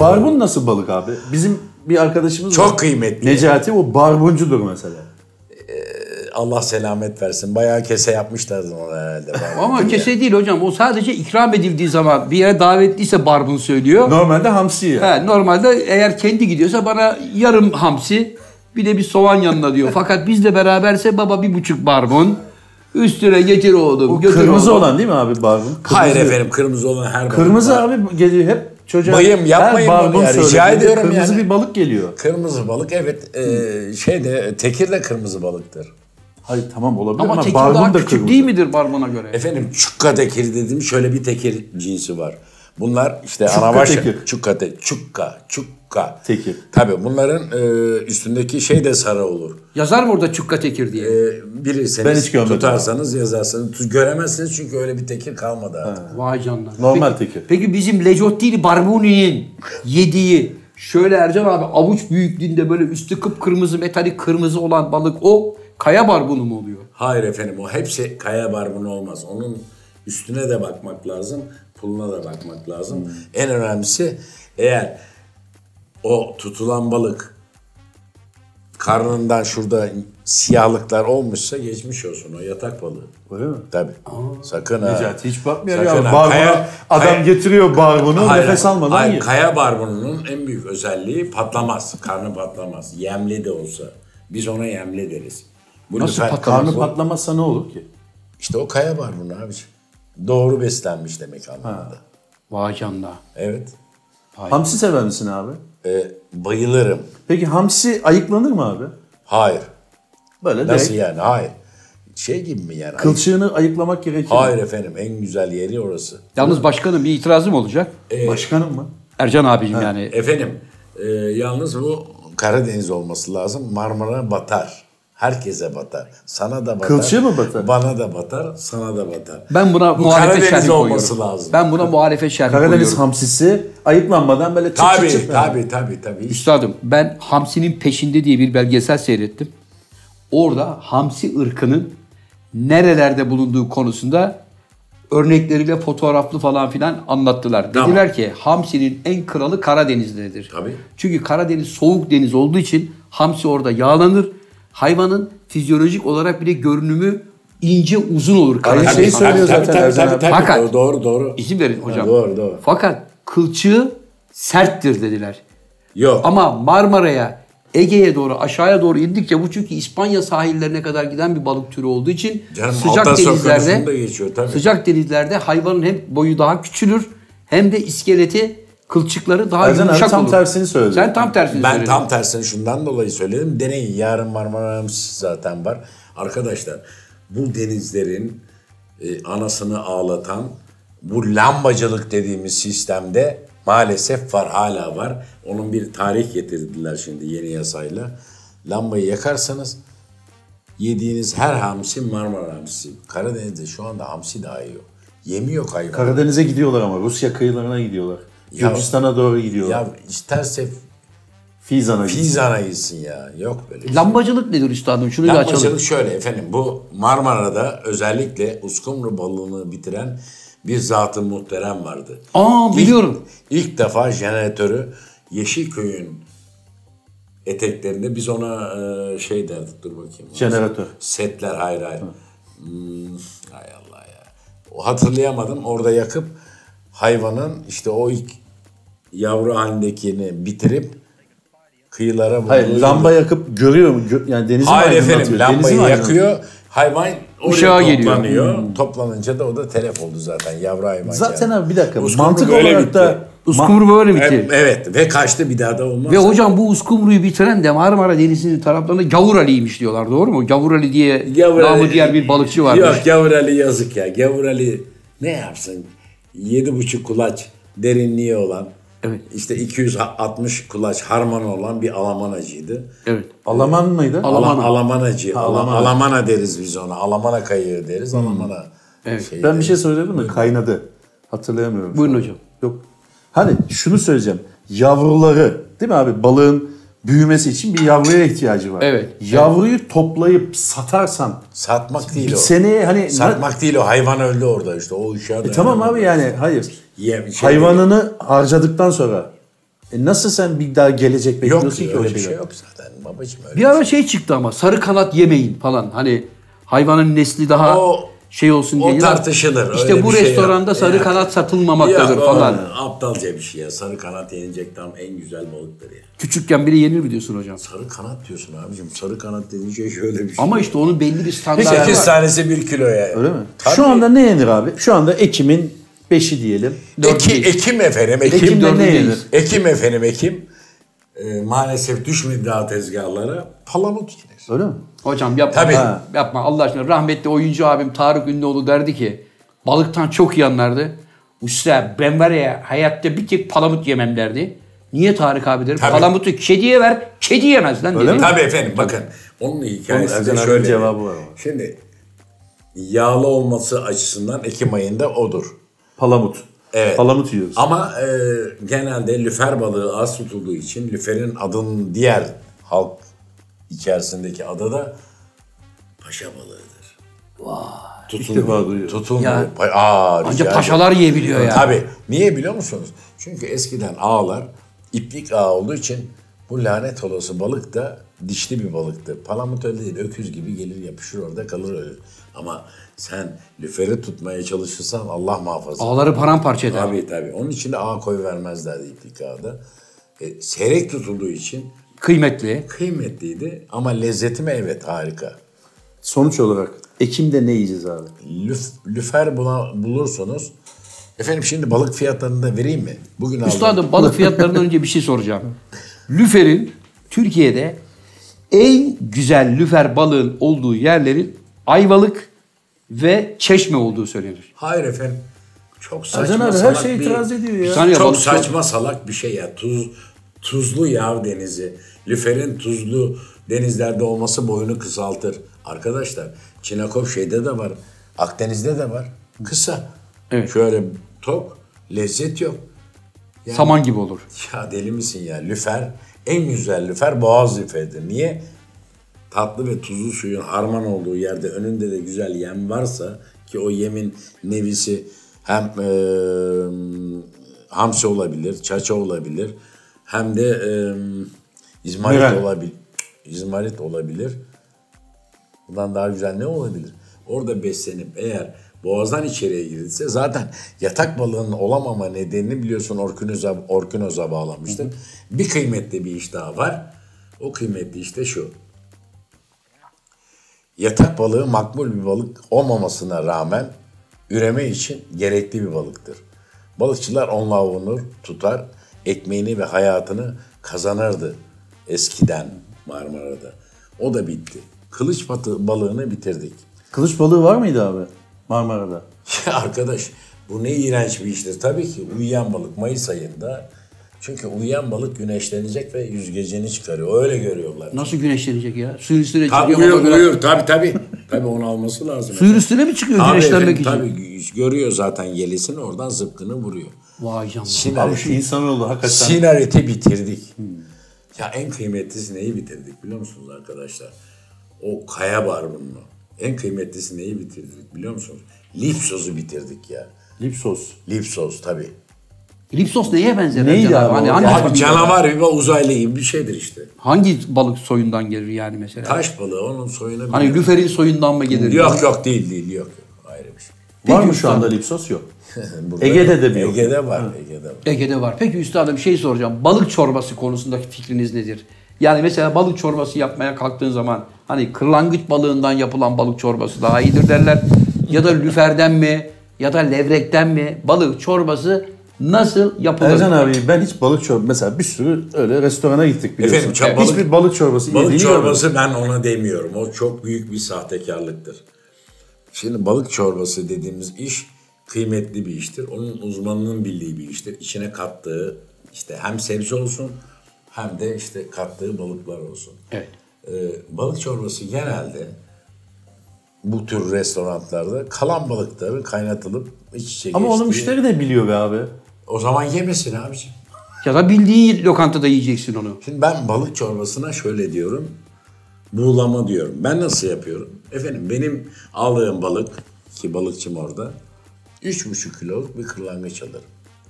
Barbun nasıl balık abi? Bizim bir arkadaşımız Çok var. kıymetli. Necati o barbuncudur mesela. Allah selamet versin. Bayağı kese yapmışlardı ona herhalde. Ama kese değil hocam. O sadece ikram edildiği zaman bir yere davetliyse barbun söylüyor. Normalde hamsi yer. He, normalde eğer kendi gidiyorsa bana yarım hamsi bir de bir soğan yanına diyor. Fakat bizle beraberse baba bir buçuk barbun. Üstüne getir oğlum. Bu götür kırmızı oğlum. olan değil mi abi barbun? Kırmızı. Hayır efendim kırmızı olan her Kırmızı balık var. abi geliyor hep çocuğa. Bayım, yapmayın her bunu barbun ya, rica söylediğinde ediyorum Kırmızı yani. bir balık geliyor. Kırmızı balık evet e, şey de tekir de kırmızı balıktır. Hayır tamam olabilir Ama, ama, tekir daha barbun da küçük kırmızı. değil midir barbuna göre? Efendim çukka tekir dediğim şöyle bir tekir cinsi var. Bunlar işte Çukka anavaş tekir. çukka te, çukka çukka. Tekir. Tabii bunların e, üstündeki şey de sarı olur. Yazar mı orada çukka tekir diye? E, bilirseniz Ben hiç görmedim. tutarsanız yazarsanız tu- göremezsiniz çünkü öyle bir tekir kalmadı artık. Vay canına. Normal peki, tekir. Peki bizim Lejot değil Barbuni'nin yediği şöyle Ercan abi avuç büyüklüğünde böyle üstü kıpkırmızı metalik kırmızı olan balık o kaya barbunu mu oluyor? Hayır efendim o hepsi kaya barbunu olmaz. Onun üstüne de bakmak lazım, puluna da bakmak lazım. Hmm. En önemlisi eğer o tutulan balık karnından şurada siyahlıklar olmuşsa geçmiş olsun o yatak balığı. Öyle mi? Tabii. Sakın ha. Necati hiç bakmıyor Sakın ya. ha. Barbuna, Kaya- adam kaya- getiriyor barbunu nefes almadan hayır, yiyor. Kaya barbununun en büyük özelliği patlamaz. Karnı patlamaz. Yemli de olsa. Biz ona yemli deriz. Bu Nasıl lüfer- patlamaz? Karnı patlamazsa ne olur ki? İşte o kaya var bunun abiciğim. Doğru beslenmiş demek anlamında. Vay canına. Evet. Hamsi sever misin abi? Ee, bayılırım. Peki hamsi ayıklanır mı abi? Hayır. Böyle Nasıl direkt yani? Hayır. Şey gibi mi yani? kılçığını ayıklamak gerekir. mi? Hayır efendim. En güzel yeri orası. Yalnız başkanım bir itirazım olacak. Ee, Başkanım mı? Ercan abicim yani. Efendim. e, yalnız bu Karadeniz olması lazım. Marmara batar. Herkese batar. Sana da batar. Kılçığı mı batar? Bana da batar. Sana da batar. Ben buna bu muhalefet şerhi Karadeniz koyuyorum. olması lazım. Ben buna muhalefet şerhi koyuyorum. Karadeniz hamsisi ayıklanmadan böyle çıt Tabii, çıt çıt. tabii, tabii, tabii. Üstadım ben Hamsi'nin Peşinde diye bir belgesel seyrettim. Orada Hamsi ırkının nerelerde bulunduğu konusunda örnekleriyle fotoğraflı falan filan anlattılar. Tamam. Dediler ki Hamsi'nin en kralı Karadeniz'dedir. Tabii. Çünkü Karadeniz soğuk deniz olduğu için Hamsi orada yağlanır. Hayvanın fizyolojik olarak bile görünümü ince uzun olur. Aynı şey Karadeniz şeyi hamsi. söylüyor zaten Ercan abi. Fakat- Doğru, doğru, doğru. İzin verin hocam. doğru, doğru. Fakat kılçığı serttir dediler. Yok. Ama Marmara'ya, Ege'ye doğru, aşağıya doğru indikçe bu çünkü İspanya sahillerine kadar giden bir balık türü olduğu için Canım, sıcak Altas denizlerde Okyanusu'nda geçiyor tabii. sıcak denizlerde hayvanın hem boyu daha küçülür hem de iskeleti kılçıkları daha Ercan abi yumuşak tam olur. tersini söyledi. Sen tam tersini Ben söyledin. tam tersini şundan dolayı söyledim. Deneyin. Yarın Marmara Hamsi zaten var. Arkadaşlar bu denizlerin e, anasını ağlatan bu lambacılık dediğimiz sistemde maalesef var hala var. Onun bir tarih getirdiler şimdi yeni yasayla. Lambayı yakarsanız yediğiniz her hamsi Marmara hamsi. Karadeniz'de şu anda hamsi dahi yok. Yemiyor hayvan. Karadeniz'e gidiyorlar ama Rusya kıyılarına gidiyorlar. Ya- Gürcistan'a doğru gidiyorlar. ya isterse Fizan'a gidiyorlar. Fizan'a gitsin ya. Yok böyle. bir şey. Lambacılık nedir üstadım? Şunu bir açalım. Lambacılık şöyle efendim bu Marmara'da özellikle uskumru balığını bitiren bir zatı muhterem vardı. Aa, İlk- biliyorum. İlk defa jeneratörü Yeşilköy'ün eteklerinde biz ona e, şey derdik dur bakayım. Jeneratör. Setler hayır hayır. Hmm, hay Allah ya. O hatırlayamadım orada yakıp hayvanın işte o ilk yavru halindekini bitirip kıyılara Hayır vurduğu- lamba yakıp görüyor mu? Gö- yani denizi mi Hayır aydınlatıyor? Denizi efendim mi lambayı aydınlatıyor? yakıyor. Hayvan oraya Uşağa geliyor. Hmm. toplanıyor. Toplanınca da o da telef oldu zaten yavru hayvan. Zaten yani. abi bir dakika. Uskumru mantık böyle olarak bitti. da Uskumru böyle bitti. E- Evet ve kaçtı bir daha da olmaz. Ve hocam bu uskumruyu bitiren de Marmara Denizi'nin taraflarında Gavur Ali'ymiş diyorlar doğru mu? Gavur Ali diye Gavur namı Ali- diğer bir balıkçı varmış. Yok Gavur Ali yazık ya. Gavur Ali ne yapsın? Yedi buçuk kulaç derinliği olan. Evet. işte 260 kulaç harmanı olan bir Alamanacıydı. Evet. Alaman mıydı? Alamana. Alamana. Alamanacı. Ala- Alamana. Alamana. deriz biz ona. Alamana kayığı deriz. Alamana. Hmm. Evet. şeyi Ben bir deriz. şey söyledim mi? Kaynadı. Hatırlayamıyorum. şu Buyurun an. hocam. Yok. Hani şunu söyleyeceğim. Yavruları değil mi abi balığın büyümesi için bir yavruya ihtiyacı var. Evet. Yavruyu toplayıp satarsan Satmak değil o. seneye hani Satmak değil o hayvan öldü orada işte o uşağı. E tamam abi yani hayır. Ye- şey- Hayvanını harcadıktan sonra E nasıl sen bir daha gelecek Yok bekliyorsun ki ki o öyle bir şey şeyden? yok zaten babacığım. Öyle Bir ara şey çıktı ama sarı kanat yemeyin falan. Hani hayvanın nesli daha O- şey olsun diye. o Ya tartışılır, İşte öyle bu bir şey restoranda yok. sarı Ya. kanat satılmamaktadır Ya, falan. o Aptalca bir şey ya. Sarı kanat yenecek tam en güzel balıktır ya. Küçükken biri yenir mi diyorsun hocam? Sarı kanat diyorsun abicim. Sarı kanat dediğin şey şöyle bir şey. Ama işte onun belli bir standartı 8 var. tanesi 1 kiloya. Öyle mi? Şu anda ne yenir abi? Şu anda Ekim'in 5'i diyelim. Eki, Ekim efendim. Ekim, Ekim'de dördü ne değil. yenir? Ekim efendim Ekim. Ee, maalesef düşmedi daha tezgahlara. Palamut yenir. Öyle mi? Hocam yapma. Tabii. Ha. Yapma Allah aşkına. Rahmetli oyuncu abim Tarık Ünlüoğlu derdi ki balıktan çok iyi anlardı. Usta ben var ya hayatta bir tek palamut yemem derdi. Niye Tarık abi der? Tabii. Palamutu kediye ver, kedi yemez lan dedi. Tabii efendim bakın. Onun Onun hikayesi Ercan de abinin şöyle. cevabı var ama. Şimdi yağlı olması açısından Ekim ayında odur. Palamut. Evet. Palamut yiyoruz. Ama e, genelde lüfer balığı az tutulduğu için lüferin adının diğer halk içerisindeki adı da paşa balığıdır. Vay. defa Tutulmuyor. duyuyorum. Tutulmuyor. Ya. Pa- Aa, rica Ancak ederim. paşalar yiyebiliyor ya. Tabii. Niye biliyor musunuz? Çünkü eskiden ağlar iplik ağ olduğu için bu lanet olası balık da dişli bir balıktı. Palamut öyle değil. Öküz gibi gelir yapışır orada kalır öyle. Ama sen lüferi tutmaya çalışırsan Allah muhafaza. Ağları paramparça eder. Tabii tabii. Onun için de ağ koy vermezlerdi iplik ağda. E, seyrek tutulduğu için Kıymetli. kıymetliydi ama lezzeti mi? Evet harika. Sonuç olarak Ekim'de ne yiyeceğiz abi? Lüf- lüfer bula- bulursunuz. Efendim şimdi balık fiyatlarını da vereyim mi? Bugün aldım. Üstadım balık fiyatlarından önce bir şey soracağım. Lüfer'in Türkiye'de en güzel lüfer balığın olduğu yerlerin Ayvalık ve Çeşme olduğu söylenir. Hayır efendim. Çok saçma Ercan abi her salak şeye bir- itiraz ediyor ya. Bir saniye Çok balık- saçma salak bir şey ya. Tuz, tuzlu yağ denizi. Lüferin tuzlu denizlerde olması boyunu kısaltır. Arkadaşlar Çinakop şeyde de var. Akdeniz'de de var. Kısa. Evet. Şöyle tok. Lezzet yok. Saman gibi olur. Ya deli misin ya? Lüfer en güzel lüfer boğaz lüferidir. Niye? Tatlı ve tuzlu suyun harman olduğu yerde önünde de güzel yem varsa ki o yemin nevisi hem e, hamsi olabilir, çaça olabilir hem de e, izmarit Miren. olabilir. İzmarit olabilir. Bundan daha güzel ne olabilir? Orada beslenip eğer boğazdan içeriye girilse zaten yatak balığının olamama nedenini biliyorsun orkinoza, orkinoza bağlamıştık. Bir kıymetli bir iş daha var. O kıymetli işte şu. Yatak balığı makbul bir balık olmamasına rağmen üreme için gerekli bir balıktır. Balıkçılar onunla avunur, tutar, ekmeğini ve hayatını kazanırdı eskiden Marmara'da. O da bitti. Kılıç batı balığını bitirdik. Kılıç balığı var mıydı abi Marmara'da? Ya arkadaş bu ne iğrenç bir iştir. Tabii ki uyuyan balık Mayıs ayında. Çünkü uyuyan balık güneşlenecek ve yüzgecini çıkarıyor. Öyle görüyorlar. Nasıl güneşlenecek ya? Suyun üstüne Tabii çıkıyor. uyur, ona göre- uyur. Tabii tabii. Tabii onu alması lazım. Suyun üstüne mi çıkıyor Tabii güneşlenmek efendim, için? Tabii görüyor zaten yelisini oradan zıpkını vuruyor. Vay canına. Abi Sinareti, şu insanoğlu hakikaten. sinareti bitirdik. Ya en kıymetlisi neyi bitirdik biliyor musunuz arkadaşlar? O kaya barbununu. En kıymetlisi neyi bitirdik biliyor musunuz? Lipsos'u bitirdik ya. Lipsos. Lipsos tabii. Lipsos neye benzer? Neydi acaba? abi Hani o? hangi, Abi Abi canavar gibi uzaylı gibi bir şeydir işte. hangi balık soyundan gelir yani mesela? Taş balığı onun soyuna Hani bir... lüferin soyundan mı gelir? Yok yok değil değil yok. yok. Ayrı bir şey. Var Peki mı şu usta. anda Lipsos? Yok. Burada- Ege'de de mi yok? Ege'de var. Ege'de var. Ege'de var. Peki üstadım şey soracağım. Balık çorbası konusundaki fikriniz nedir? Yani mesela balık çorbası yapmaya kalktığın zaman hani kırlangıç balığından yapılan balık çorbası daha iyidir derler. ya da lüferden mi ya da levrekten mi balık çorbası nasıl yapılır? Ercan abi ben hiç balık çorbası mesela bir sürü öyle restorana gittik biliyorsun. Efendim, çok balık- Hiçbir balık çorbası Balık yediğini görmedim. çorbası ben ona demiyorum. O çok büyük bir sahtekarlıktır. Şimdi balık çorbası dediğimiz iş kıymetli bir iştir. Onun uzmanının bildiği bir iştir. İçine kattığı işte hem sebze olsun hem de işte kattığı balıklar olsun. Evet. Ee, balık çorbası genelde bu tür restoranlarda kalan balıkların kaynatılıp iç içe Ama onu geçtiği- müşteri de biliyor be abi. O zaman yemesin abiciğim. Ya da bildiğin lokantada yiyeceksin onu. Şimdi ben balık çorbasına şöyle diyorum. Buğulama diyorum. Ben nasıl yapıyorum? Efendim benim aldığım balık ki balıkçım orada. Üç buçuk kiloluk bir kırlangıç alırım.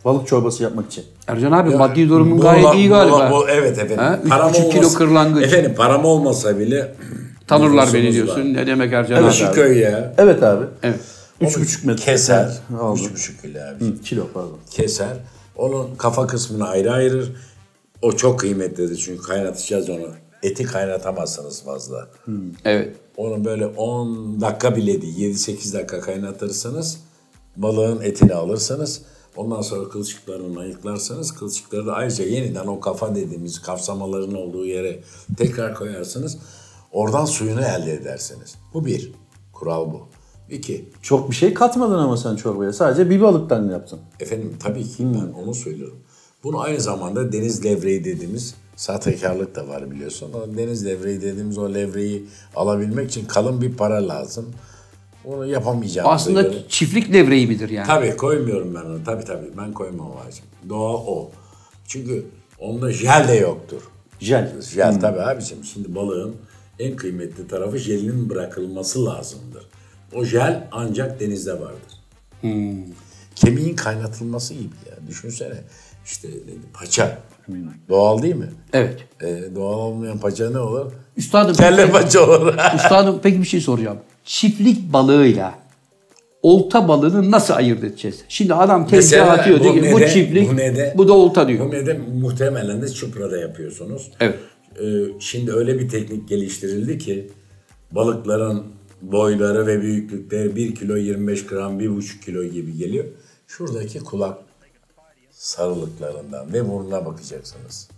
Balık çorbası yapmak için. Ercan abi maddi durumun Bu gayet olan- iyi bu olan- galiba. bu- evet efendim. Ha, üç Param buçuk kilo olmasa- kırlangıç. Efendim param olmasa bile Tanırlar beni nüfusumuz diyorsun. var. Ne demek Ercan Evet, abi? şu köy ya. Evet abi. Evet. 3,5 metre. Keser. Ha, aldım. 3,5 kilo abi. Hı, kilo pardon. Keser. Onun kafa kısmını ayrı ayırır. O çok kıymetlidir çünkü kaynatacağız onu. Eti kaynatamazsınız fazla. Evet. Onu böyle 10 dakika bile değil 7-8 dakika kaynatırsanız balığın etini alırsanız ondan sonra kılçıklarını ayıklarsanız kılçıkları da ayrıca yeniden o kafa dediğimiz kapsamaların olduğu yere tekrar koyarsınız. Oradan suyunu elde edersiniz. Bu bir. Kural bu. İki. Çok bir şey katmadın ama sen çorbaya. Sadece bir balıktan yaptın. Efendim tabii ki ben onu söylüyorum. Bunu aynı zamanda deniz levreği dediğimiz sahtekarlık da var biliyorsun. O deniz levreği dediğimiz o levreyi alabilmek için kalın bir para lazım. Onu yapamayacağım. Aslında çiftlik devreyi midir yani? Tabii koymuyorum ben onu. Tabii tabii ben koymam abicim. Doğa o. Çünkü onda jel de yoktur. Jel. Jel tabii abicim. Şimdi balığın en kıymetli tarafı jelinin bırakılması lazımdır. O jel ancak denizde vardır. Kemiğin kaynatılması gibi ya. Düşünsene. İşte paça. Doğal değil mi? Evet. Ee, doğal olmayan paça ne olur? Üstadım, Kelle paça olur. üstadım peki bir şey soracağım. Çiftlik balığıyla olta balığını nasıl ayırt edeceğiz? Şimdi adam tezgah Mesela atıyor. diyor ki, bu, ne de- çiftlik, bu, ne de- da olta diyor. Bu ne de muhtemelen de çuprada yapıyorsunuz. Evet. Ee, şimdi öyle bir teknik geliştirildi ki balıkların boyları ve büyüklükleri 1 kilo 25 gram 1,5 kilo gibi geliyor. Şuradaki kulak sarılıklarından ve burnuna bakacaksınız.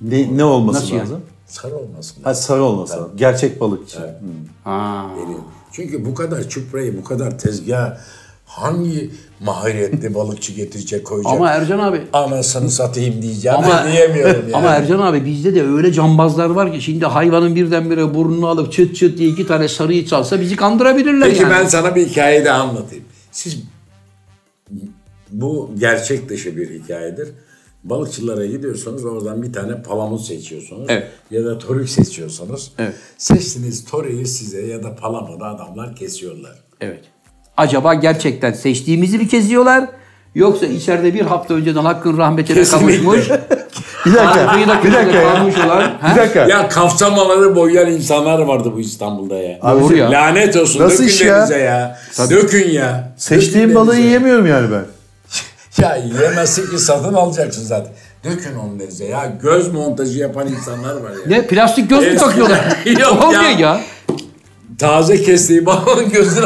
Ne, ne olması Nasıl yani? lazım? Sarı olmasın. Ha, sarı olması lazım. Gerçek balık için. Hı. Ha. Beni. Çünkü bu kadar çuprayı, bu kadar tezgah hangi mahiyetli balıkçı getirecek koyacak? Ama Ercan abi Anasını satayım diyeceğim. Ama- diyemiyorum yani. Ama Ercan abi bizde de öyle cambazlar var ki şimdi hayvanın birdenbire burnunu alıp çıt çıt diye iki tane sarıyı çalsa bizi kandırabilirler Peki yani. ben sana bir hikaye daha anlatayım. Siz bu gerçek dışı bir hikayedir. Balıkçılara gidiyorsunuz oradan bir tane palamut seçiyorsunuz. Evet. Ya da torik seçiyorsunuz. Evet. Seçtiğiniz toriği size ya da palamudu adamlar kesiyorlar. Evet. Acaba gerçekten seçtiğimizi mi kesiyorlar? Yoksa içeride bir hafta önceden hakkın rahmetine Kesinlikle. kavuşmuş. Bir dakika. Arkayı da bir dakika köşede ya. kalmış olan. Bir dakika. Ya kapsamaları boyayan insanlar vardı bu İstanbul'da ya. Doğru ya. Lanet olsun Nasıl dökün iş ya? denize ya. Dökün ya. Seçtiğim Dökün balığı denize. yiyemiyorum yani ben. Ya yemezsin ki satın alacaksın zaten. Dökün onu denize ya. Göz montajı yapan insanlar var ya. Ne plastik göz mü Eskiden- takıyorlar? Yok O ya. ne ya? Taze kestiği balığın gözünü...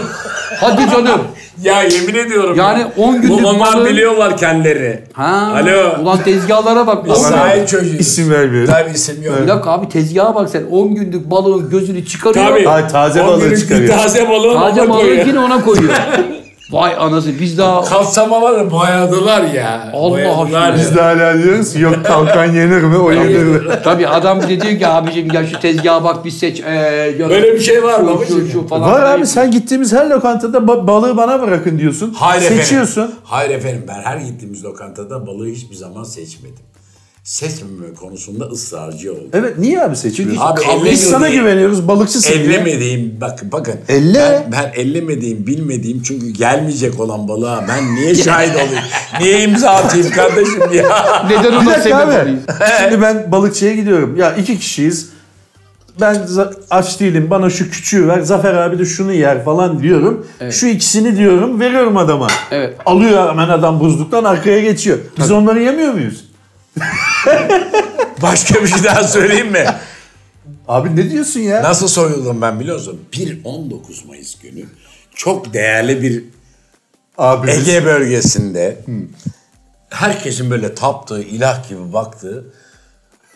Hadi canım. ya yemin ediyorum. Yani ya. 10 günlük Bu onlar balığın- biliyorlar kendileri. Ha, Alo. Ulan tezgahlara bak. Biz sahil çocuğu. İsim vermiyorum. Tabii isim yok. Bir dakika abi tezgaha bak sen 10 günlük balığın gözünü çıkarıyor. Tabii. Ay, taze On balığı günlük çıkarıyor. Taze balığı Sadece ona balığı koyuyor. yine ona koyuyor. Vay anası biz daha Kapsamaları boyadılar ya. Allah boyadılar aşkına. ya. Biz de hala diyoruz ki, yok kalkan yenir mi o yenir mi? Tabii adam bir de diyor ki abicim ya şu tezgaha bak bir seç. Ee, yok, Böyle bir şey var mı şu, şu, abicim? şu falan. Var abi sen gittiğimiz her lokantada ba- balığı bana bırakın diyorsun. Hayır efendim. Seçiyorsun. Hayır efendim ben her gittiğimiz lokantada balığı hiçbir zaman seçmedim. Seçmeme konusunda ısrarcı oldum. Evet niye abi seçmiyorsun? Abi, Biz ellemiyor sana diye. güveniyoruz balıkçısın diye. Ellemediğim bak bakın. Elle. Ben, ben ellemediğim bilmediğim çünkü gelmeyecek olan balığa ben niye şahit olayım? niye imza atayım kardeşim ya? Neden Bir ona dakika sebep abi. Şimdi ben balıkçıya gidiyorum. Ya iki kişiyiz. Ben za- aç değilim bana şu küçüğü ver. Zafer abi de şunu yer falan diyorum. Şu ikisini diyorum veriyorum adama. Evet. Alıyor hemen adam buzluktan arkaya geçiyor. Biz onları yemiyor muyuz? Başka bir şey daha söyleyeyim mi? Abi ne diyorsun ya? Nasıl soyuldum ben biliyor musun? 1-19 Mayıs günü çok değerli bir Abi biz- Ege bölgesinde herkesin böyle taptığı, ilah gibi baktığı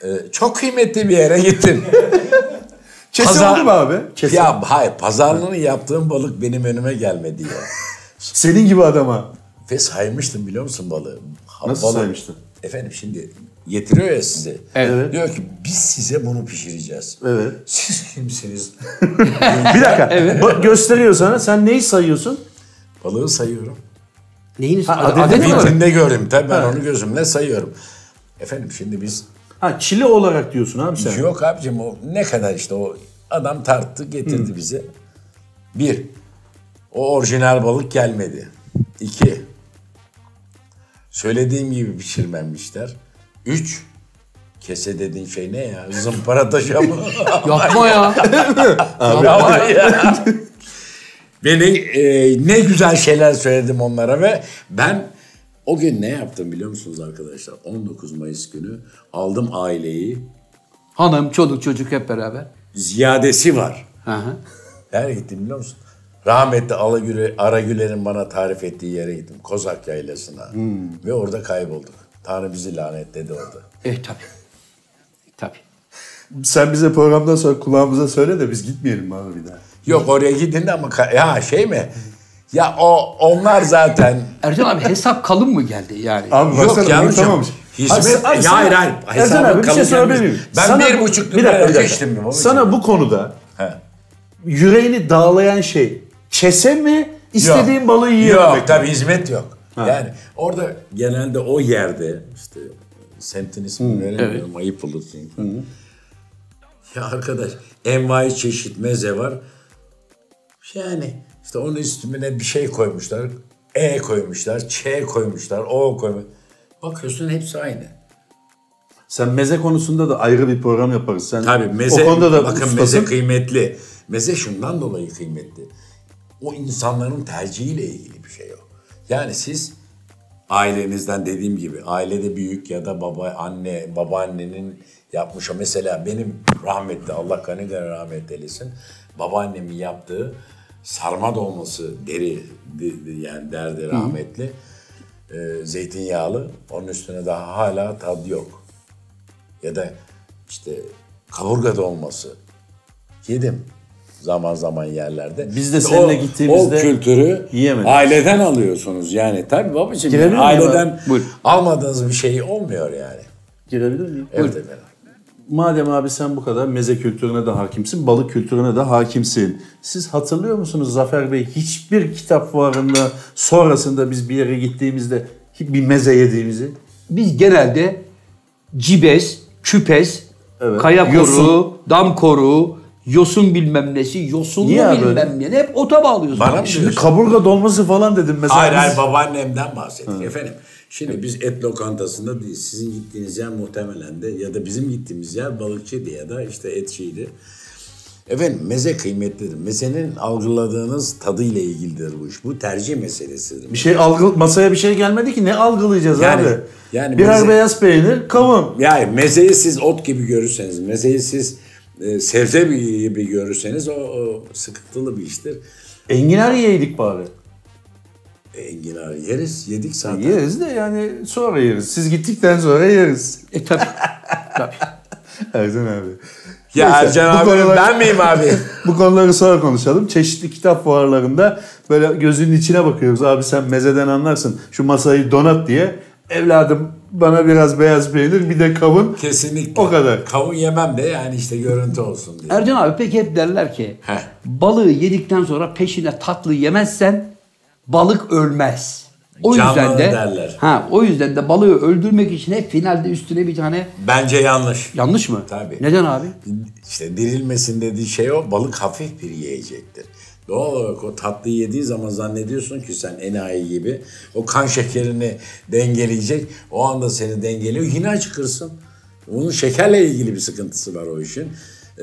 e, çok kıymetli bir yere gittim. Kese Pazar- oldu mu abi? Kese. ya hayır pazarlığını yaptığım balık benim önüme gelmedi ya. Senin gibi adama. Ve saymıştım biliyor musun balığı? Ha, Nasıl saymıştın? Efendim şimdi getiriyor ya size. Evet. Diyor ki biz size bunu pişireceğiz. Evet. Siz kimsiniz? Bir dakika. Bak gösteriyor sana. Sen neyi sayıyorsun? Balığı sayıyorum. Neyin adet- adet, adet mi? var? Vitrinde gördüm tabii ben onu gözümle sayıyorum. Efendim şimdi biz Ha çile olarak diyorsun abi sen. Yok abicim o ne kadar işte o adam tarttı getirdi bize. Bir, o orijinal balık gelmedi. İki, Söylediğim gibi pişirmemişler. Üç, kese dediğin şey ne ya? Zımpara taşı mı? Yapma ya. Ama ya. Beni e, ne güzel şeyler söyledim onlara ve ben o gün ne yaptım biliyor musunuz arkadaşlar? 19 Mayıs günü aldım aileyi. Hanım, çoluk, çocuk hep beraber. Ziyadesi var. Hı hı. Nereye gittim biliyor musun? Rahmetli Alagüle, Aragüler'in bana tarif ettiği yere gittim. Kozak Yaylası'na. Ve orada kaybolduk. Tanrı bizi lanetledi orada. E tabii. Tabii. Sen bize programdan sonra kulağımıza söyle de biz gitmeyelim abi bir daha. Yok oraya gidin ama ka- ya şey mi? Ya o onlar zaten Ercan abi hesap kalın mı geldi yani? Abi Yok baksana yanlış unutamamış. yapmış. Hizmet- Abi sen- Ya hayır, hayır. Ercan Hesabın abi, bir şey kalın sorabilir gelmiş. miyim? Ben Sana bir bu- buçuk bir dakika, liraya bir dakika. geçtim mi babacığım? Sana bu konuda He. yüreğini dağlayan şey kese mi istediğin Yok. balığı yiyememek mi? Yok tabii hizmet yok. Yani orada genelde o yerde işte semtin ismini veremiyorum ayıp olur çünkü. Ya arkadaş envai çeşit meze var. Yani işte onun üstüne bir şey koymuşlar. E koymuşlar, Ç koymuşlar, O koymuşlar. Bakıyorsun hepsi aynı. Sen meze konusunda da ayrı bir program yaparız. Sen Tabii meze, o konuda da bakın ustasın. meze kıymetli. Meze şundan dolayı kıymetli. O insanların tercihiyle ilgili bir şey o. Yani siz ailenizden dediğim gibi ailede büyük ya da baba anne babaannenin yapmış o mesela benim rahmetli Allah kanı kadar rahmet eylesin babaannemin yaptığı sarma dolması deri de- de- yani derdi rahmetli e, zeytinyağlı onun üstüne daha hala tadı yok ya da işte kaburga dolması yedim zaman zaman yerlerde. Biz de İşte seninle o- gittiğimizde o kültürü yiyemedik. aileden alıyorsunuz yani tabii babacığım Girelim yani mi? aileden Buyur. almadığınız bir şey olmuyor yani. Girebilir miyim? Evet efendim. Madem abi sen bu kadar meze kültürüne de hakimsin, balık kültürüne de hakimsin. Siz hatırlıyor musunuz Zafer Bey hiçbir kitap fuarında sonrasında biz bir yere gittiğimizde bir meze yediğimizi? Biz genelde cibes, küpes, Evet. kaya koruğu, Yosun. dam koruğu, yosun bilmem nesi, yosunlu Niye abi bilmem ne. Hep ota bağlıyorsun. Bana mı abi. Şimdi kaburga dolması falan dedim mesela. Hayır hayır Biz- babaannemden bahsettik efendim. Şimdi biz et lokantasında değil. Sizin gittiğiniz yer muhtemelen de ya da bizim gittiğimiz yer balıkçıydı ya da işte etçiydi. Efendim meze kıymetlidir. Mezenin algıladığınız tadıyla ilgilidir bu iş. Bu tercih meselesidir. Bir şey algı, masaya bir şey gelmedi ki ne algılayacağız Yani- abi? yani Birer meze- beyaz peynir, kavun. Yani mezeyi siz ot gibi görürseniz, mezeyi siz e, sebze gibi görürseniz o, o sıkıntılı bir iştir. Enginar yiyeydik bari. E, enginar yeriz, yedik zaten. Yeriz de yani sonra yeriz. Siz gittikten sonra yeriz. E tabii. tabii. Erzen abi. Ya Neyse, Ercan bu abi konular- ben miyim abi? Bu konuları sonra konuşalım. Çeşitli kitap fuarlarında böyle gözünün içine bakıyoruz. Abi sen mezeden anlarsın. Şu masayı donat diye. Evladım bana biraz beyaz peynir bir de kavun. Kesinlikle. O kadar. Kavun yemem de yani işte görüntü olsun diye. Ercan abi peki hep derler ki Heh. balığı yedikten sonra peşine tatlı yemezsen balık ölmez. O Canlı yüzden de derler. ha o yüzden de balığı öldürmek için hep finalde üstüne bir tane Bence yanlış. yanlış mı? Tabii. Neden abi? İşte dirilmesin dediği şey o balık hafif bir yiyecektir. Doğal olarak o tatlıyı yediği zaman zannediyorsun ki sen enayi gibi o kan şekerini dengeleyecek. O anda seni dengeliyor yine acıkırsın. Bunun şekerle ilgili bir sıkıntısı var o işin. Ee,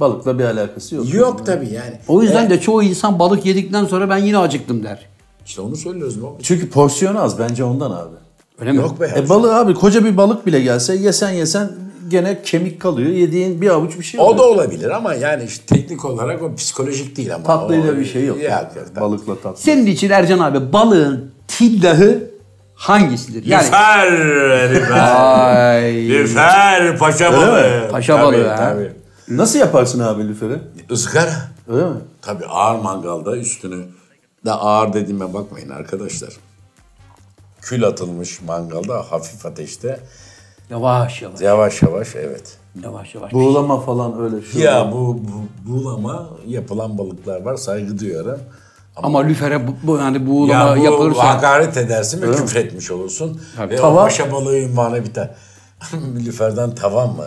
Balıkla bir alakası yok. yok tabii yani. O yüzden Evet. de çoğu insan balık yedikten sonra ben yine acıktım der. İşte onu söylüyoruz baba. Çünkü porsiyonu az bence ondan abi. Öyle mi? Yok be. E balığı abi koca bir balık bile gelse yesen yesen gene kemik kalıyor. Yediğin bir avuç bir şey O da olabilir ama yani işte teknik olarak o psikolojik değil ama. Tatlıyla O- bir şey yok. Ya, Balıkla tatlı. Senin için Ercan abi balığın tillahı hangisidir? Yani Lüfer herifler. ay Lüfer paşa Öyle balığı. Paşa Tabii, balığı, ha. Tabii. Nasıl yaparsın abi lüferi? Izgara. Öyle mi? Tabii ağır mangalda üstünü de ağır dediğime bakmayın arkadaşlar. Kül atılmış mangalda hafif ateşte yavaş yavaş yavaş yavaş evet. yavaş yavaş. Buğulama falan öyle. Şu Ya bu, bu buğulama yapılan balıklar var saygı duyuyorum. Ama lüfere bu, bu yani buğulama Ya bu yapılırsa hakaret edersin ve küfretmiş olursun. ve Tava- o paşa balığı ünvanı biter. Lüferden tavan mı?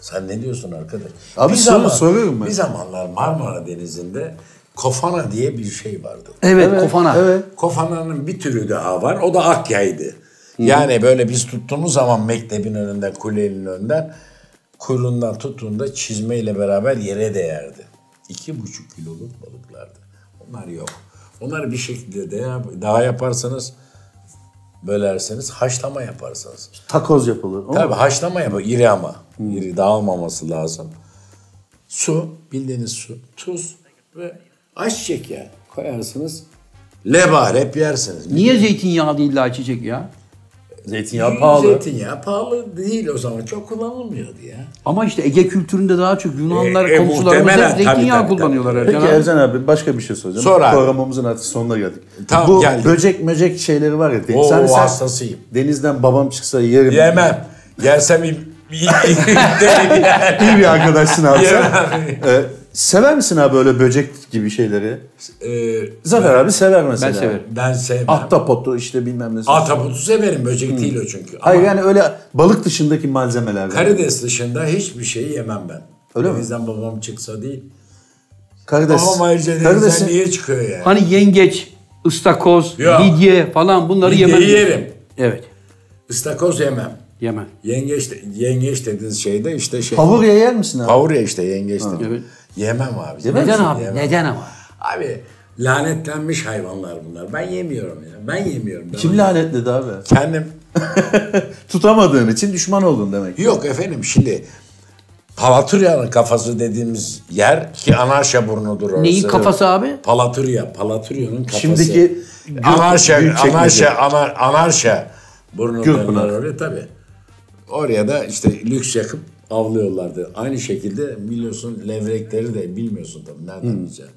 Sen ne diyorsun arkadaş? Abi sor- soruyorum ben. Bir zamanlar Marmara Denizi'nde kofana diye bir şey vardı. evet, kofana. Evet. Kofana'nın bir türü daha var. O da akyaydı. Yani böyle biz tuttuğumuz zaman mektebin önünden, kulenin önünden kuyruğundan tuttuğunda çizmeyle beraber yere değerdi. İki buçuk kiloluk balıklardı. Onlar yok. Onlar bir şekilde de- daha yaparsanız bölerseniz haşlama yaparsanız. Takoz yapılır. Ama Tabii haşlama yapar. iri ama. İri dağılmaması lazım. Su, bildiğiniz su, tuz ve aş şeker koyarsınız. Lebar hep yersiniz. Niye zeytinyağı değil de çiçek ya? Zeytinyağı pahalı. Zeytinyağı pahalı değil o zaman. Çok kullanılmıyordu ya. Ama işte Ege kültüründe daha çok Yunanlar E, e, komşularımız muhtemelen, hep tabii, zeytinyağı tabii, kullanıyorlar tabii. Peki Ercan abi. Ercan abi başka bir şey soracağım. Sor abi. Programımızın artık sonuna geldik. Tamam, Bu geldik. böcek möcek şeyleri var ya. Deniz. Oo, Hani sen- hastasıyım. Denizden babam çıksa yerim. Yemem. Yersem im- derim yani. İyi bir arkadaşsın abi sen. Yemem. Ee, sever misin abi böyle böcek gibi şeyleri? Ee, Zafer abi sever mesela. Ben severim. ben sevmem. Ahtapotu işte bilmem ne. Ahtapotu severim. Böcek değil o çünkü. Hmm. Ama Hayır yani öyle balık dışındaki malzemeler. karides dışında hiçbir şeyi yemem ben. Öyle mi? o yüzden babam çıksa değil. Karides. Babam ayrıca denizden Karidesin. niye çıkıyor yani? Hani yengeç, ıstakoz, Ya. midye falan bunları Midyeyi yemem. yerim. Evet, Istakoz yemem. yemem. Yengeç, de- yengeç dediğiniz şeyde işte şey. Pavurya yer misin abi? Pavurya işte yengeç dedi. Evet. Yemem abi. Neden misin? abi? Yemem. Neden ama? Abi lanetlenmiş hayvanlar bunlar. Ben yemiyorum ya. Ben yemiyorum. Ben Kim lanetledi abi? Kendim Tutamadığın için düşman oldun demek. Yok efendim şimdi Palaturya'nın kafası dediğimiz yer ki anarşa burnudur orası. Neyin kafası abi? Palaturya, Palaturya'nın kafası. Şimdiki Gür- anarşa, Gülçekmece. anarşa, anar, anarşa burnu Gürpınar. derler oraya tabii. Oraya da işte lüks yakıp avlıyorlardı. Aynı şekilde biliyorsun levrekleri de bilmiyorsun tabii nereden bileceksin.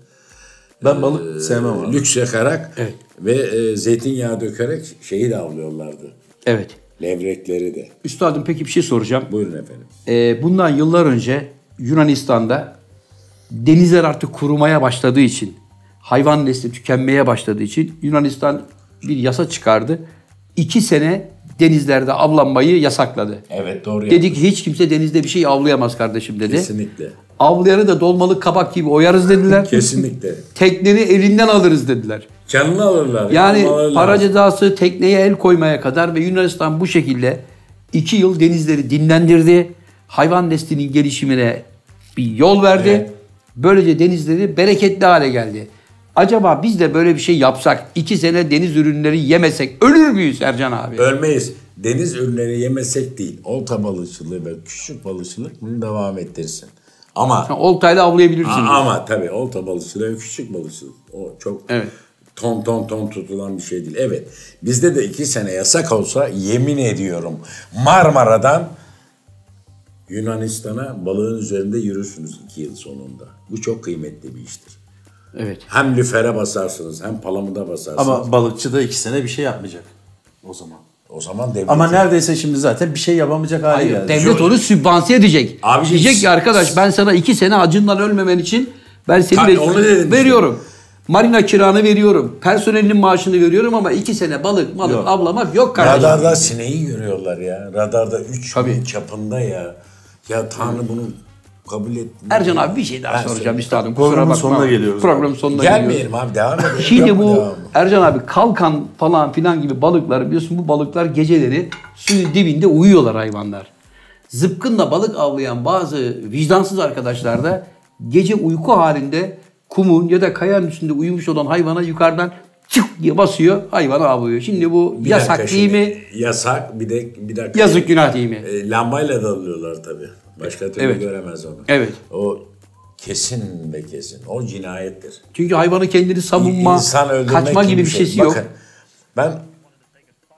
Ben balık sevmem abi. Lüks yakarak ve e, zeytinyağı dökerek şeyi de avlıyorlardı. Evet. Levrekleri de. Üstadım peki bir şey soracağım. Buyurun efendim. Ee, bundan yıllar önce Yunanistan'da denizler artık kurumaya başladığı için, hayvan nesli tükenmeye başladığı için Yunanistan bir yasa çıkardı. İki sene denizlerde avlanmayı yasakladı. Evet doğru yaptın. Dedi ki hiç kimse denizde bir şey avlayamaz kardeşim dedi. Kesinlikle. Avlayanı da dolmalık kabak gibi oyarız dediler. Kesinlikle. Tekneni elinden alırız dediler. Canını alırlar. Yani canını alırlar. para cezası tekneye el koymaya kadar ve Yunanistan bu şekilde iki yıl denizleri dinlendirdi. Hayvan neslinin gelişimine bir yol verdi. Evet. Böylece denizleri bereketli hale geldi. Acaba biz de böyle bir şey yapsak, iki sene deniz ürünleri yemesek ölür müyüz Ercan abi? Ölmeyiz. Deniz ürünleri yemesek değil. Olta balıkçılığı ve küçük balıkçılık bunu devam ettirsin. Ama Yani Oltayla avlayabilirsiniz. a- ama tabii olta balıkçılığı ve küçük balıkçılık. O çok Evet. ton ton ton tutulan bir şey değil. Evet. Bizde de iki sene yasak olsa yemin ediyorum Marmara'dan Yunanistan'a balığın üzerinde yürürsünüz iki yıl sonunda. Bu çok kıymetli bir iştir. Evet. Hem lüfere basarsınız hem palamuda basarsınız. Ama balıkçı da iki sene bir şey yapmayacak o zaman. o zaman devlet Ama neredeyse şimdi zaten bir şey yapamayacak hale Hayır, geldi. devlet onu sübvanse edecek. Abi- şey- Diyecek ki arkadaş ben sana iki sene acından ölmemen için ben seni Tabii, ve- onu dedim işte. veriyorum. Marina kiranı veriyorum. Personelinin maaşını veriyorum ama iki sene balık malık Yok. avlamak yok kardeşim. Radarda sineği görüyorlar ya. Radarda 3 Tabii. gün çapında ya. Ya Tanrı bunu kabul etmiyor. Ercan abi bir şey daha Ben soracağım üstadım. Kusura Programın bakma. sonuna geliyoruz. Programın sonuna geliyoruz. Gelmeyelim abi devam edelim. Şimdi Yok mu bu devamı? Ercan abi kalkan falan filan gibi balıklar biliyorsun bu balıklar geceleri suyun dibinde uyuyorlar hayvanlar. Zıpkınla balık avlayan bazı vicdansız arkadaşlar da gece uyku halinde kumun ya da kayanın üstünde uyumuş olan hayvana yukarıdan çık diye basıyor hayvanı avlıyor. Şimdi bu Bir yasak dakika değil şimdi. mi? Yasak bir de bir dakika. Yazık günah değil mi? E, lambayla dalıyorlar tabii. Başka türlü Evet. göremez onu. Evet. O kesin ve kesin. O cinayettir. Çünkü hayvanı kendini savunma, İnsan öldürmek şey. kaçma gibi bir şeysi yok. Bakın, ben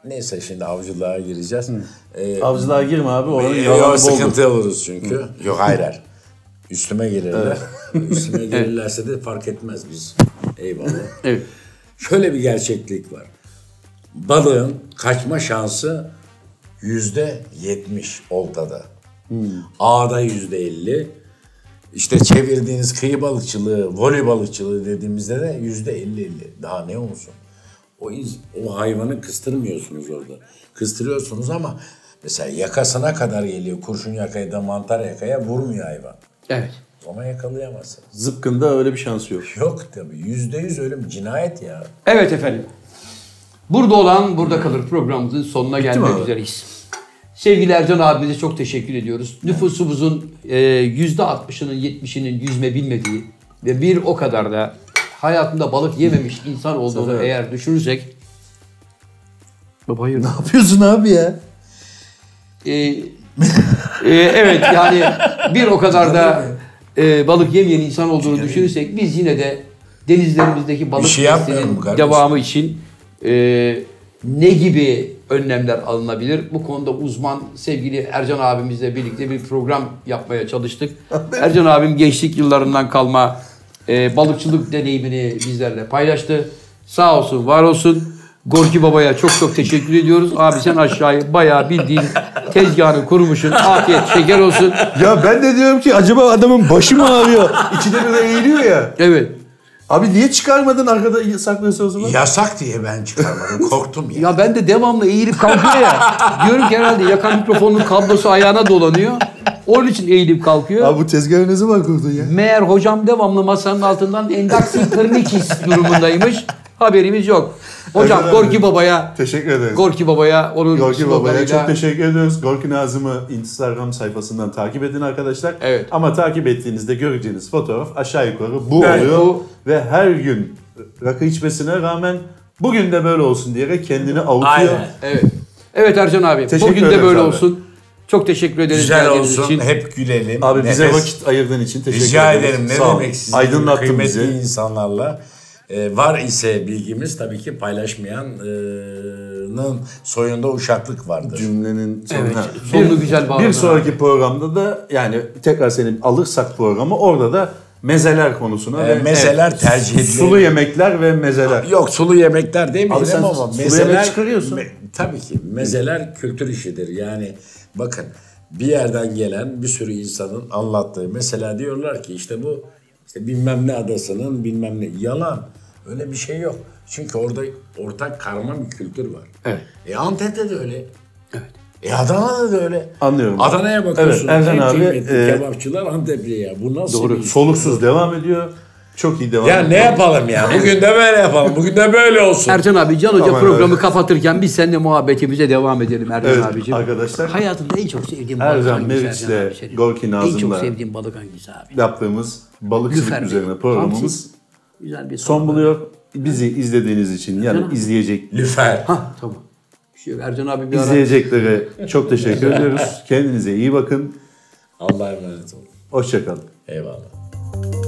neyse şimdi avcılığa gireceğiz. Ee, Avcılığa girme abi oranın Ee, yalanı Yok boldur. sıkıntı oluruz çünkü. Yok hayır hayır. Üstüme gelirler. Üstüme gelirlerse de fark etmez biz. Eyvallah. Evet. Şöyle bir gerçeklik var. Balığın kaçma şansı yüzde yetmiş oltada. Ağda yüzde elli. İşte çevirdiğiniz kıyı balıkçılığı, voley balıkçılığı dediğimizde de yüzde elli elli. Daha ne olsun? O, iz, o hayvanı kıstırmıyorsunuz orada. Kıstırıyorsunuz ama mesela yakasına kadar geliyor. Kurşun yakaya da mantar yakaya vurmuyor hayvan. Evet. Ama yakalayamazsınız. Zıpkında öyle bir şansı yok. Yok tabii. Yüzde yüz ölüm cinayet ya. Evet efendim. Burada olan burada kalır programımızın sonuna gelmek abi? üzereyiz. Sevgili Ercan abimize çok teşekkür ediyoruz. Nüfusumuzun e, %60'ının 70'inin yüzme bilmediği ve bir o kadar da hayatında balık yememiş insan olduğunu Zafer abi. eğer düşünürsek Baba hayır. Ne yapıyorsun abi ya? Ee, e, evet yani bir o kadar da e, balık yemeyen insan olduğunu düşünürsek biz yine de denizlerimizdeki balık Bir şey besinin yapmıyorum kardeşim. devamı için e, ne gibi önlemler alınabilir? Bu konuda uzman sevgili Ercan abimizle birlikte bir program yapmaya çalıştık. Ercan abim gençlik yıllarından kalma e, balıkçılık deneyimini bizlerle paylaştı. Sağ olsun, var olsun. Gorki Baba'ya çok çok teşekkür ediyoruz. Abi sen aşağıya bayağı bildiğin tezgahını kurmuşsun. Afiyet, şeker olsun. Ya ben de diyorum ki acaba adamın başı mı ağrıyor? İkide bir de eğiliyor ya. Evet. Abi niye çıkarmadın arkada saklıyorsun o zaman? Yasak diye ben çıkarmadım. Korktum ya. Ya ben de devamlı eğilip kalkıyor ya. Diyorum ki herhalde yakan mikrofonun kablosu ayağına dolanıyor. Onun için eğilip kalkıyor. Abi bu tezgahı ne zaman kurdun ya? Meğer hocam devamlı masanın altından endaksi kırnikis durumundaymış. Haberimiz yok. Hocam Öyle mi? Gorki Baba'ya Teşekkür ederiz. Gorki Baba'ya onun Gorki Baba'ya sloganıyla- çok teşekkür ediyoruz. Gorki Nazım'ı Instagram sayfasından takip edin arkadaşlar. Evet. Ama takip ettiğinizde göreceğiniz fotoğraf aşağı yukarı bu Evet, oluyor. bu- Ve her gün rakı içmesine rağmen bugün de böyle olsun diyerek kendini avutuyor. Aynen. Evet. Evet Ercan abi. Teşekkür bugün de ederiz böyle abi. olsun. Çok teşekkür ederiz Güzel geldiğiniz olsun. için. Hep gülelim. Abi bize Nefes- vakit ayırdığın için teşekkür Rica ederiz. ederim. Ne Sağ ol. demek sizin gibi Aydınlattın kıymetli bizi. insanlarla. e, var ise bilgimiz tabii ki paylaşmayanın soyunda uşaklık vardır. Cümlenin sonuna. Sonunu güzel bağladın. Bir abi. sonraki programda da yani tekrar seni alırsak programı orada da mezeler konusuna. E, ve- mezeler tercih edilir. Sulu yemekler ve mezeler. Yok sulu yemekler demeyelim Abi sen ama sulu mezeler... yemek çıkarıyorsun. tabii ki mezeler kültür işidir. Yani bakın bir yerden gelen bir sürü insanın anlattığı mesela diyorlar ki işte bu işte bilmem ne adasının bilmem ne yalan. Öyle bir şey yok. Çünkü orada ortak karma bir kültür var. Evet. E Antep'te de öyle. E Adana'da da öyle. Anlıyorum. Adana'ya bakıyorsun. Evet, Ercan en abi, kıymetli e, kebapçılar Antepli ya. Bu nasıl bir Doğru. Soluksuz devam ediyor. Çok iyi devam Ya ediyor. ne yapalım ya? Bugün de böyle yapalım. Bugün de böyle olsun. Ercan abi Can Hoca Aman programı abi. kapatırken biz seninle muhabbetimize devam edelim Ercan Evet, abicim. arkadaşlar. Hayatımda en çok sevdiğim balık Ercan hangisi Meriç'le Ercan abi senin? Gorki En çok Nazım'la sevdiğim balık hangisi abi? yaptığımız balıkçılık Lüfer Bey. üzerine programımız Hamsi. Güzel bir son buluyor. Bizi izlediğiniz için yani izleyecek Lüfer. Hah tamam. Bir şey yok. Ercan abi bir ara izleyeceklere çok teşekkür ediyoruz. Kendinize iyi bakın. Allah'a emanet olun. Hoşçakalın. Eyvallah.